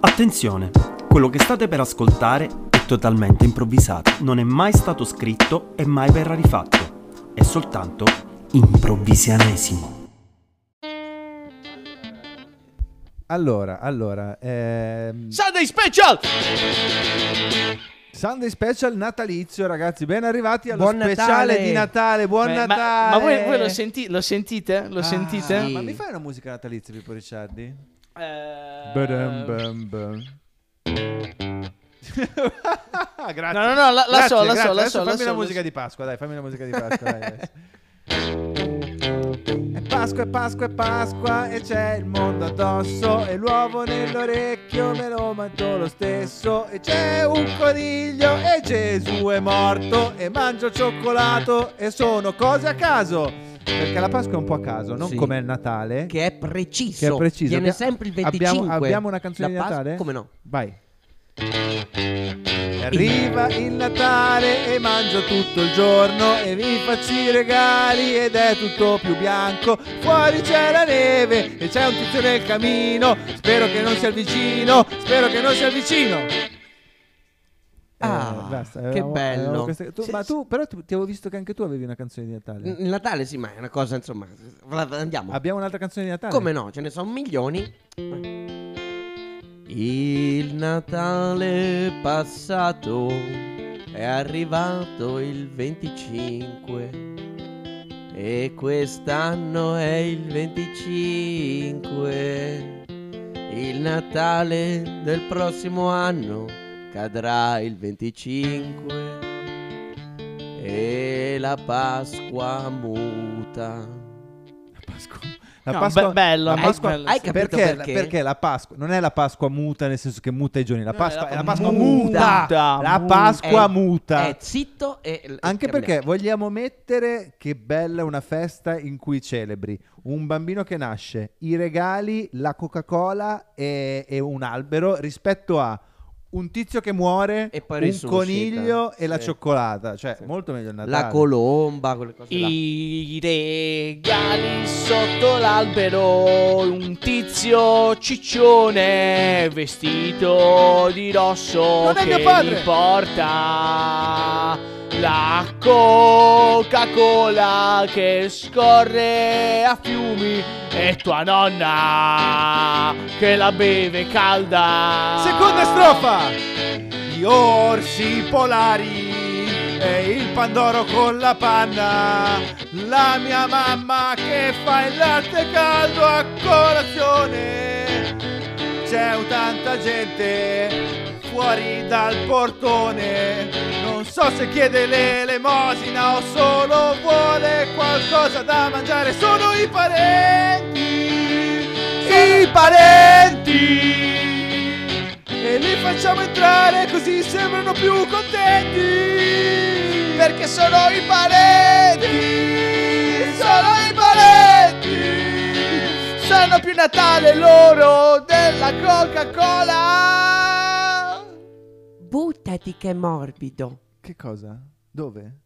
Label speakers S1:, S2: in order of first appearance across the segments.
S1: Attenzione, quello che state per ascoltare è totalmente improvvisato, non è mai stato scritto e mai verrà rifatto, è soltanto improvvisianesimo.
S2: Allora, allora, ehm,
S3: Sunday Special!
S2: Sunday special natalizio, ragazzi. Ben arrivati allo
S4: Buon
S2: speciale
S4: Natale!
S2: di Natale. Buon
S3: Ma- ma-
S2: Natale.
S3: Ma, voi, voi lo, senti- lo sentite? Lo
S2: Ah,
S3: sentite?
S4: sì.
S2: Ma mi fai una musica natalizia, Pippo Ricciardi?
S3: Eh,
S2: Badam bam bam. grazie.
S3: No, no, no, la, la
S2: Grazie,
S3: so, la
S2: grazie.
S3: so, la
S2: Adesso
S3: so. la
S2: Fammi
S3: so,
S2: la
S3: la
S2: musica
S3: so.
S2: di Pasqua, dai, fammi la musica di Pasqua. dai, adesso. È Pasqua, è Pasqua, è Pasqua e c'è il mondo addosso e l'uovo nell'orecchio me lo mangio lo stesso e c'è un coniglio e Gesù è morto e mangio cioccolato e sono cose a caso perché la Pasqua è un po' a caso, non
S4: Sì.
S2: come il Natale
S4: Che è preciso.
S2: che è preciso.
S4: Viene
S2: Abbia-
S4: sempre il 25.
S2: abbiamo, abbiamo una canzone
S4: La
S2: di
S4: Pas-
S2: Natale?
S4: Come no?
S2: Vai. Arriva il Natale e mangio tutto il giorno e vi faccio i regali ed è tutto più bianco. Fuori c'è la neve e c'è un tizio nel camino. Spero che non sia vicino, spero che non sia vicino. Eh,
S4: Ah, che
S2: avevamo-
S4: bello.
S2: avevamo queste- tu-
S4: Sì,
S2: ma
S4: sì. Mm.
S2: tu, però tu- ti avevo visto che anche tu avevi una canzone di Natale.
S4: N- Natale sì, ma è una cosa, insomma. va- va- Andiamo.
S2: Abbiamo un'altra canzone di Natale?
S4: Come no? Ce ne sono milioni. Il Natale passato è arrivato il 25 e quest'anno è il 25. Il Natale del prossimo anno cadrà il 25 e la Pasqua muta.
S2: La Pasqua. La
S3: No,
S2: Pasqua-
S3: be- bello,
S2: la
S3: hai-
S2: Pasqua-
S3: bello,
S4: hai
S3: sì.
S4: capito
S2: perché,
S4: perché?
S2: perché la Pasqua non è la Pasqua muta nel senso che muta i giorni, la
S3: No,
S2: Pasqua è la
S3: la
S2: Pasqua muta, eh,
S3: muta,
S2: la
S3: muta.
S2: Pasqua
S4: È-
S2: muta.
S4: È Eh, zitto e e
S2: Anche
S4: camminiamo.
S2: perché vogliamo mettere che bella una festa in cui celebri un bambino che nasce, i regali, la Coca-Cola e, e un albero rispetto a un tizio che muore,
S4: E poi
S2: un
S4: risuscita.
S2: coniglio e la
S4: Sì.
S2: cioccolata, cioè
S4: Sì.
S2: molto meglio il Natale.
S4: la colomba, quelle cose là.
S3: I regali sotto l'albero, un tizio ciccione vestito di rosso
S2: Non è mio
S3: che
S2: padre!
S3: gli porta la Coca-Cola che scorre a fiumi e tua nonna che la beve calda.
S2: Seconda strofa! Gli orsi polari e il pandoro con la panna. La mia mamma che fa il latte caldo a colazione. C'è tanta gente fuori dal portone. Non so se chiede l'elemosina o solo vuole qualcosa da mangiare. Sono i parenti. I parenti. E li facciamo entrare così sembrano più contenti Perché sono i parenti Sono i parenti Sono più Natale loro della Coca-Cola
S4: Buttati che è morbido.
S2: Che cosa? Dove?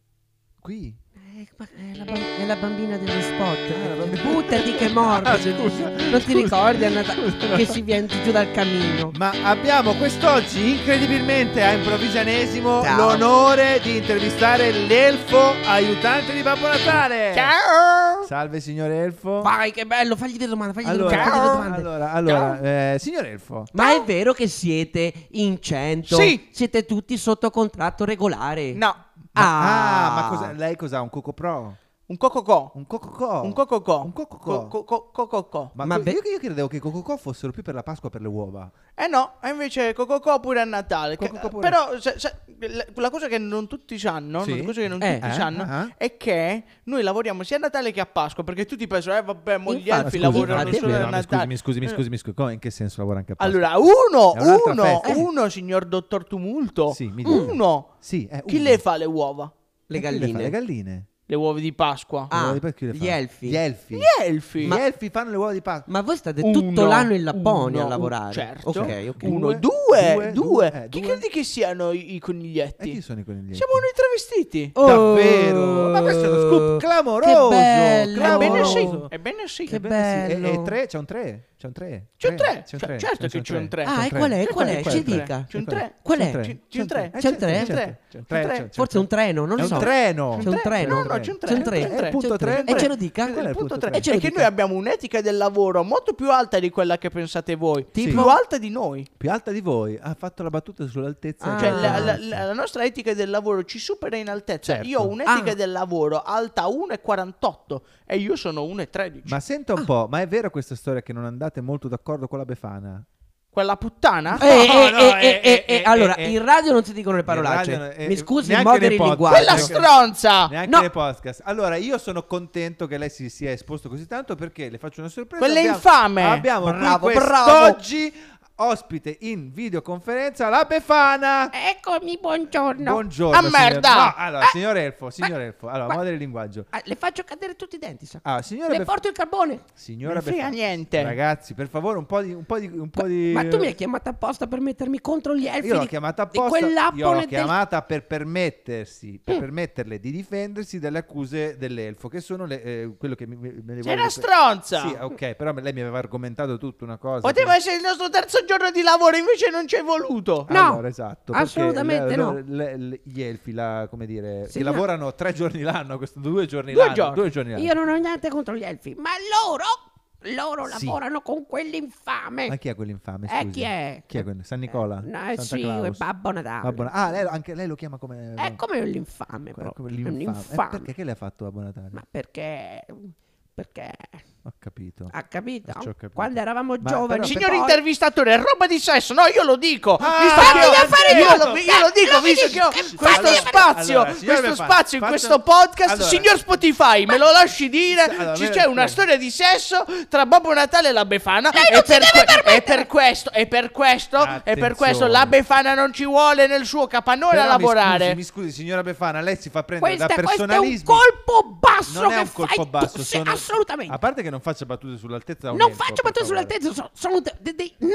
S2: Qui?
S4: Eh, ma È la, bam- è la bambina dello
S2: la
S4: spot.
S2: bambina-
S4: Buttati Eh, che è morbido.
S2: Ah, scusa,
S4: non
S2: scusa,
S4: ti ricordi a Natale
S2: scusa.
S4: che si viene giù dal camino?
S2: Ma abbiamo quest'oggi incredibilmente a improvvisanesimo
S4: Ciao.
S2: l'onore di intervistare l'elfo aiutante di Babbo Natale
S4: Ciao!
S2: Salve signor elfo
S4: Vai, che bello, fagli delle domande, fagli delle
S2: Allora,
S4: domande, fagli delle domande.
S2: allora, allora, eh, signor elfo
S4: Ma è vero che siete in 100?
S3: Sì.
S4: Siete tutti sotto contratto regolare?
S3: No,
S4: Ah,
S2: ma cos'è? lei cos'ha? Un coco pro?
S3: un cococò.
S2: Un cococò?
S3: Un cococò.
S2: Un cococò?
S3: Co- co- co- cococò.
S2: Ma,
S4: Ma
S2: co-
S4: ve-
S2: io, io credevo che i cococò fossero più per la Pasqua per le uova.
S3: Eh no, e invece Cococò pure a Natale. che-
S2: Cococò pure-
S3: Però se- se- la, la cosa che non tutti sanno,
S2: Sì.
S3: la cosa che non
S4: Eh.
S3: tutti
S2: Eh,
S3: sanno
S2: ah.
S3: è che noi lavoriamo sia a Natale che a Pasqua, perché tutti pensano "Eh vabbè, mo gli
S2: Ah,
S4: Infatti,
S3: elfi
S4: scusi,
S3: lavorano
S4: infatti, è
S3: solo a
S4: vero.
S2: eh, No, mi
S3: Natale".
S2: scusi, mi scusi, mi scusi, mi scusi. Come- in che senso lavora anche a Pasqua?
S3: Allora, uno,
S2: È un'altra
S3: uno,
S2: festa. Eh.
S3: uno, signor dottor Tumulto.
S2: Sì, mi dica.
S3: uno.
S2: Sì, è
S3: Chi
S2: uno.
S3: le fa le uova?
S4: Le
S2: E chi fa?
S4: galline.
S2: Le galline.
S3: le uova di Pasqua.
S4: Ah,
S2: Le uova di Pasqua chi le
S4: gli
S2: fa?
S4: elfi.
S2: Gli elfi.
S3: Gli elfi. Eh,
S2: Gli elfi fanno le uova di Pasqua.
S4: Ma voi state
S3: Uno,
S4: tutto l'anno in Lapponia
S3: uno,
S4: a lavorare?
S3: certo.
S4: Ok, ok.
S3: Uno,
S2: Due, due,
S3: due, due.
S2: due, eh,
S3: Chi
S2: due.
S3: credi che siano i, i
S2: E
S3: coniglietti?
S2: chi sono i coniglietti?
S3: Siamo noi travestiti.
S4: Oh,
S2: Davvero? Ma questo è uno scoop clamoroso,
S4: Che bello.
S2: clamoroso.
S3: Ebbene
S2: Oh.
S3: sì, ebbene sì.
S4: Che
S2: Ebbene sì,
S4: bello.
S2: E, e tre, c'è un tre, c'è un tre.
S3: C'è un tre,
S2: c'è un
S3: cioè,
S2: tre,
S3: certo che c'è un tre.
S4: Ah, e qual è? Qual è? Ci dica.
S3: C'è un tre.
S4: Qual è?
S2: tre,
S3: C'è un tre.
S2: eh,
S4: C'è un tre?
S2: C'è un tre. C'è un tre,
S3: C'è un
S2: c'è un
S4: Forse un
S2: tre.
S4: treno, non
S2: Certo. È
S4: lo
S2: un
S4: so.
S2: treno.
S4: C'è un treno.
S3: No, no, c'è un
S4: C'è un
S3: treno.
S4: treno.
S3: C'è un
S2: punto
S4: treno.
S2: tre.
S4: E ce lo dica?
S2: Quello Eh, è certo. il
S4: Punto
S2: punto
S4: tre.
S2: tre.
S4: E ce lo
S3: E che
S4: dica.
S3: noi abbiamo un'etica del lavoro molto più alta di quella che pensate voi.
S2: Tipo?
S3: Più alta di noi.
S2: Più alta di voi ha fatto la battuta sull'altezza.
S4: Ah.
S2: del
S3: Cioè,
S2: treno.
S3: la, la- la- la nostra etica del lavoro ci supera in altezza.
S2: Certo.
S3: Io ho un'etica
S4: Ah.
S3: del lavoro alta 1,48 e io sono 1,13.
S2: Ma senta un po', ma è vero questa storia che non andate molto d'accordo con la Befana?
S3: Quella puttana?
S4: Eh,
S2: No,
S4: eh,
S2: no,
S4: eh,
S2: eh,
S4: eh, eh,
S2: eh,
S4: eh, allora,
S2: eh, eh.
S4: in radio non si dicono le
S2: In radio,
S4: parolacce.
S2: eh,
S4: Mi scusi,
S2: neanche
S4: moderi
S2: nei
S4: il
S2: podcast.
S4: linguaggio.
S3: Quella
S2: Guarda.
S3: stronza!
S2: Neanche
S4: No.
S2: nei podcast. Allora, io sono contento che lei si sia esposto così tanto perché le faccio una sorpresa.
S3: Quella
S2: Abbiamo-
S3: infame!
S2: Abbiamo qui
S4: Bravo, bravo.
S2: quest'oggi ospite in videoconferenza la Befana.
S5: Eh, Eccomi, buongiorno.
S2: Buongiorno.
S3: Ah,
S2: signor-
S3: merda!
S2: No, allora,
S5: Ma-
S2: signor Elfo, signor Elfo. Allora,
S5: ma-
S2: modere il linguaggio.
S5: Ah, le faccio cadere tutti i denti, sa.
S2: Ah, signora
S5: le
S2: Bef-
S5: porto il carbone.
S2: Signora
S3: Non frega
S2: Befana.
S3: niente.
S2: Ragazzi, per favore, un po' di un po' di un po' di
S5: Ma tu mi hai chiamata apposta per mettermi contro gli elfi
S2: Io l'ho
S5: di-
S2: chiamata
S5: di
S2: apposta. Io
S5: quell'appone
S2: l'ho
S5: del- Mm.
S2: chiamata per permettersi, per permetterle di difendersi dalle accuse dell'elfo, che sono le, eh, quello che mi, me le
S3: Sei
S2: voglio-
S3: una stronza!
S2: Sì, ok, però lei mi aveva argomentato tutta una cosa.
S3: Poteva essere il nostro terzo giorno di lavoro, invece non ci hai voluto.
S5: No,
S2: Allora, esatto, perché
S5: assolutamente
S2: le-
S5: no.
S2: le- le- le- gli elfi, la, come dire, che
S5: Signor-
S2: lavorano tre giorni l'anno, questo, due giorni
S3: Due
S2: l'anno,
S3: giorni.
S2: due giorni l'anno.
S5: Io non ho niente contro gli elfi, ma loro loro
S2: Sì.
S5: lavorano con quell'infame.
S2: Ma chi è quell'infame?
S5: Eh,
S2: scusi?
S5: chi è?
S2: Chi è quello? San Nicola?
S5: Eh, no,
S2: Santa
S5: sì,
S2: Claus?
S5: è Babbo Natale.
S2: Babbo Na- Ah, lei, anche lei lo chiama come...
S5: È come
S2: come-
S5: l'infame, proprio.
S2: come
S5: È
S2: l'infame.
S5: un
S2: Eh,
S5: infame.
S2: perché che le ha fatto Babbo Natale?
S5: Ma perché perché
S2: Ho capito.
S5: ha capito?
S2: Ci ho capito.
S5: Quando eravamo
S2: Ma
S5: giovani,
S2: però-
S3: Signor
S5: poi-
S3: intervistatore, è roba di sesso, no? Io lo dico.
S2: Ah,
S3: visto che
S5: fammi
S3: ho-
S5: affare
S3: io,
S5: io.
S3: lo, io lo dico,
S5: Eh,
S3: visto che ho
S5: eh, fammi
S3: questo
S5: affare-
S3: spazio,
S2: Allora, signor
S3: questo
S2: Befana,
S3: spazio in
S2: faccia-
S3: questo podcast.
S2: Allora.
S3: Signor Spotify, me lo lasci dire?
S2: Allora,
S3: ci
S2: me-
S3: c'è una
S2: prego.
S3: storia di sesso tra Babbo Natale e la Befana.
S5: Lei non si deve
S3: que-
S5: permettere.
S3: e per questo, e per questo, e
S2: Attenzione.
S3: per questo la Befana non ci vuole nel suo capannone
S2: Però
S3: a
S2: mi
S3: lavorare.
S2: scusi, Mi scusi, signora Befana, lei si fa prendere
S5: Questa-
S2: da
S5: questo è un
S2: personalismi.
S5: colpo basso Ah,
S2: non
S5: che
S2: è un colpo
S5: fai tu.
S2: basso,
S5: Sì,
S2: sono-
S5: assolutamente.
S2: A parte che non faccia battute sull'altezza. da un
S5: Non
S2: elfo,
S5: faccio
S2: per
S5: battute
S2: favore.
S5: sull'altezza, so- sono de- de- dei nani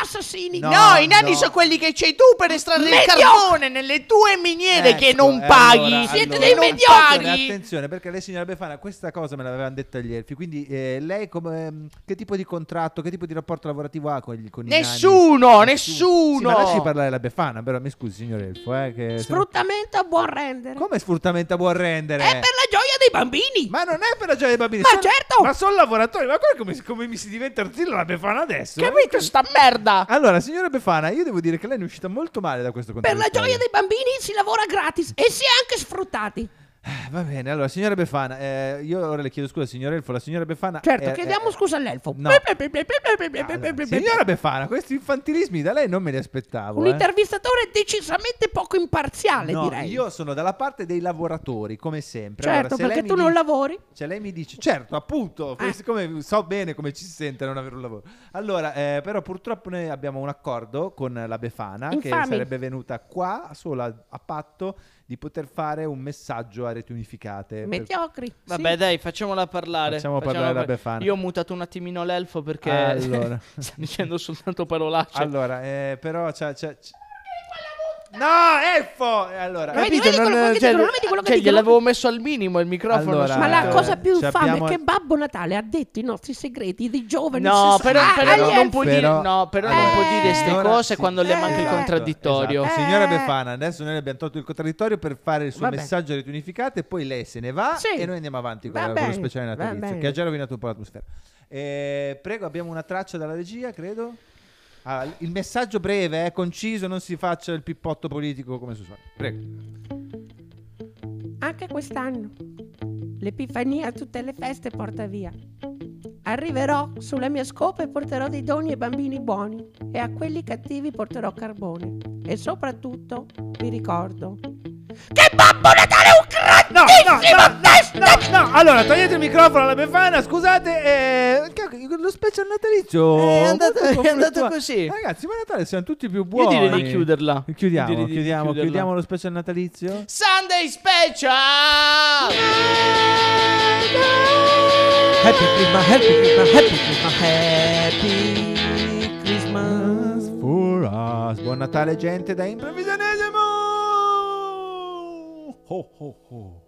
S5: assassini.
S2: No,
S3: No, i nani
S2: no.
S3: sono quelli che c'hai tu per estrarre il
S5: Mediocre.
S3: carbone nelle tue miniere che
S2: Ecco,
S3: non
S2: eh,
S3: paghi.
S2: allora,
S5: Siete
S2: allora,
S5: dei
S3: non
S5: mediocri.
S2: attenzione, Attenzione, perché lei, signora Befana, questa cosa me l'avevano detta gli elfi. Quindi, eh, lei come, ehm, che tipo di contratto, che tipo di rapporto lavorativo ha con, gli, con i nani?
S3: Nessuno,
S2: Sì, ma lasci
S3: nessuno.
S2: parlare la Befana, però mi scusi, signor Elfo. Eh, che
S5: Sfruttamento a buon rendere.
S2: Come sfruttamento a buon rendere?
S5: È Eh, per la gioia dei bambini.
S2: Ma non è per la gioia dei bambini,
S5: Ma
S2: sono-
S5: certo!
S2: ma sono lavoratori. Ma guarda come, come mi si diventa arzillo la Befana adesso. eh?
S3: Capito sta merda?
S2: Allora, signora Befana, io devo dire che lei ne è uscita molto male da questo
S5: Per
S2: contratto.
S5: la gioia dei bambini si lavora gratis e si è anche sfruttati.
S2: Ah, Eh, Va bene, allora, signora Befana, eh, io ora le chiedo scusa, signor Elfo, la signora Befana...
S5: Certo,
S2: eh,
S5: chiediamo
S2: eh,
S5: scusa all'elfo.
S2: no. allora, signora Befana, questi infantilismi da lei non me li aspettavo.
S5: Un
S2: eh.
S5: intervistatore decisamente poco imparziale,
S2: No,
S5: direi.
S2: io sono dalla parte dei lavoratori, come sempre. Allora,
S5: certo,
S2: se lei
S5: perché
S2: mi
S5: tu non
S2: dice-
S5: lavori.
S2: Cioè, lei mi dice, certo, appunto,
S5: Ah.
S2: siccome so bene come ci si sente a non avere un lavoro. Allora, eh, però purtroppo noi abbiamo un accordo con la Befana che
S5: Infami.
S2: sarebbe venuta qua sola a patto di poter fare un messaggio a reti unificate.
S5: Mediocri. sì.
S3: Vabbè, dai, facciamola parlare.
S2: Facciamo parlare la
S3: par-
S2: Befana.
S3: Io ho mutato un attimino l'elfo perché
S2: Allora.
S3: sta dicendo soltanto parolacce.
S2: Allora, eh, però c'è... c'è- c'è- No, Elfo! Eh, Allora,
S5: Ma vedi, vedi quello che dicono, non vedi quello che
S3: cioè,
S5: dicono?
S3: gliel'avevo messo al minimo il microfono. cioè.
S2: Allora,
S3: su-
S5: Ma la
S2: Eh,
S5: cosa più
S2: ci
S5: infame
S2: abbiamo-
S5: è che Babbo Natale ha detto i nostri segreti di giovani.
S3: No,
S5: sessanti-
S3: però,
S5: Ah,
S3: però
S5: agli
S2: però-
S3: non
S5: elfi.
S3: puoi
S2: però-
S3: dire, no, però non
S5: allora,
S3: puoi dire queste
S2: signora-
S3: cose
S2: sì,
S3: quando le manca il
S2: esatto,
S3: contraddittorio.
S2: esatto. Signora
S5: Eh.
S2: Befana, adesso noi le abbiamo tolto il contraddittorio per fare il suo
S5: Vabbè.
S2: messaggio a reti unificate, poi lei se ne va
S5: Sì.
S2: e noi andiamo avanti con,
S5: Va
S2: con lo
S5: bene,
S2: speciale
S5: va
S2: natalizio
S5: bene.
S2: che ha già rovinato un po' l'atmosfera. Eh, prego, abbiamo una traccia dalla regia, credo. Ah, il messaggio breve, eh, conciso, non si faccia il pippotto politico come si suole. Prego.
S5: Anche quest'anno. L'Epifania a tutte le feste porta via. Arriverò sulla mia scopa e porterò dei doni ai bambini buoni e a quelli cattivi porterò carbone. E soprattutto vi ricordo, Che Babbo Natale è un
S2: No,
S5: grandissimo
S2: no,
S5: festa!
S2: no, no, no, allora togliete il microfono alla Befana, scusate, eh, cacchio, lo special natalizio
S5: Eh,
S4: È andato-
S2: molto
S4: è andato
S2: conflittuale.
S4: così.
S2: Ragazzi, ma a Natale siamo tutti più
S3: Io
S2: buoni.
S3: direi di chiuderla.
S2: Chiudiamo,
S3: Io direi di
S2: chiudiamo,
S3: chiuderla.
S2: chiudiamo lo special natalizio.
S3: Sunday Special!
S4: Happy Christmas, Happy Christmas, Happy Christmas, Happy Christmas.
S2: For us. Buon Natale gente da Improvvisionesimo! Ho ho ho.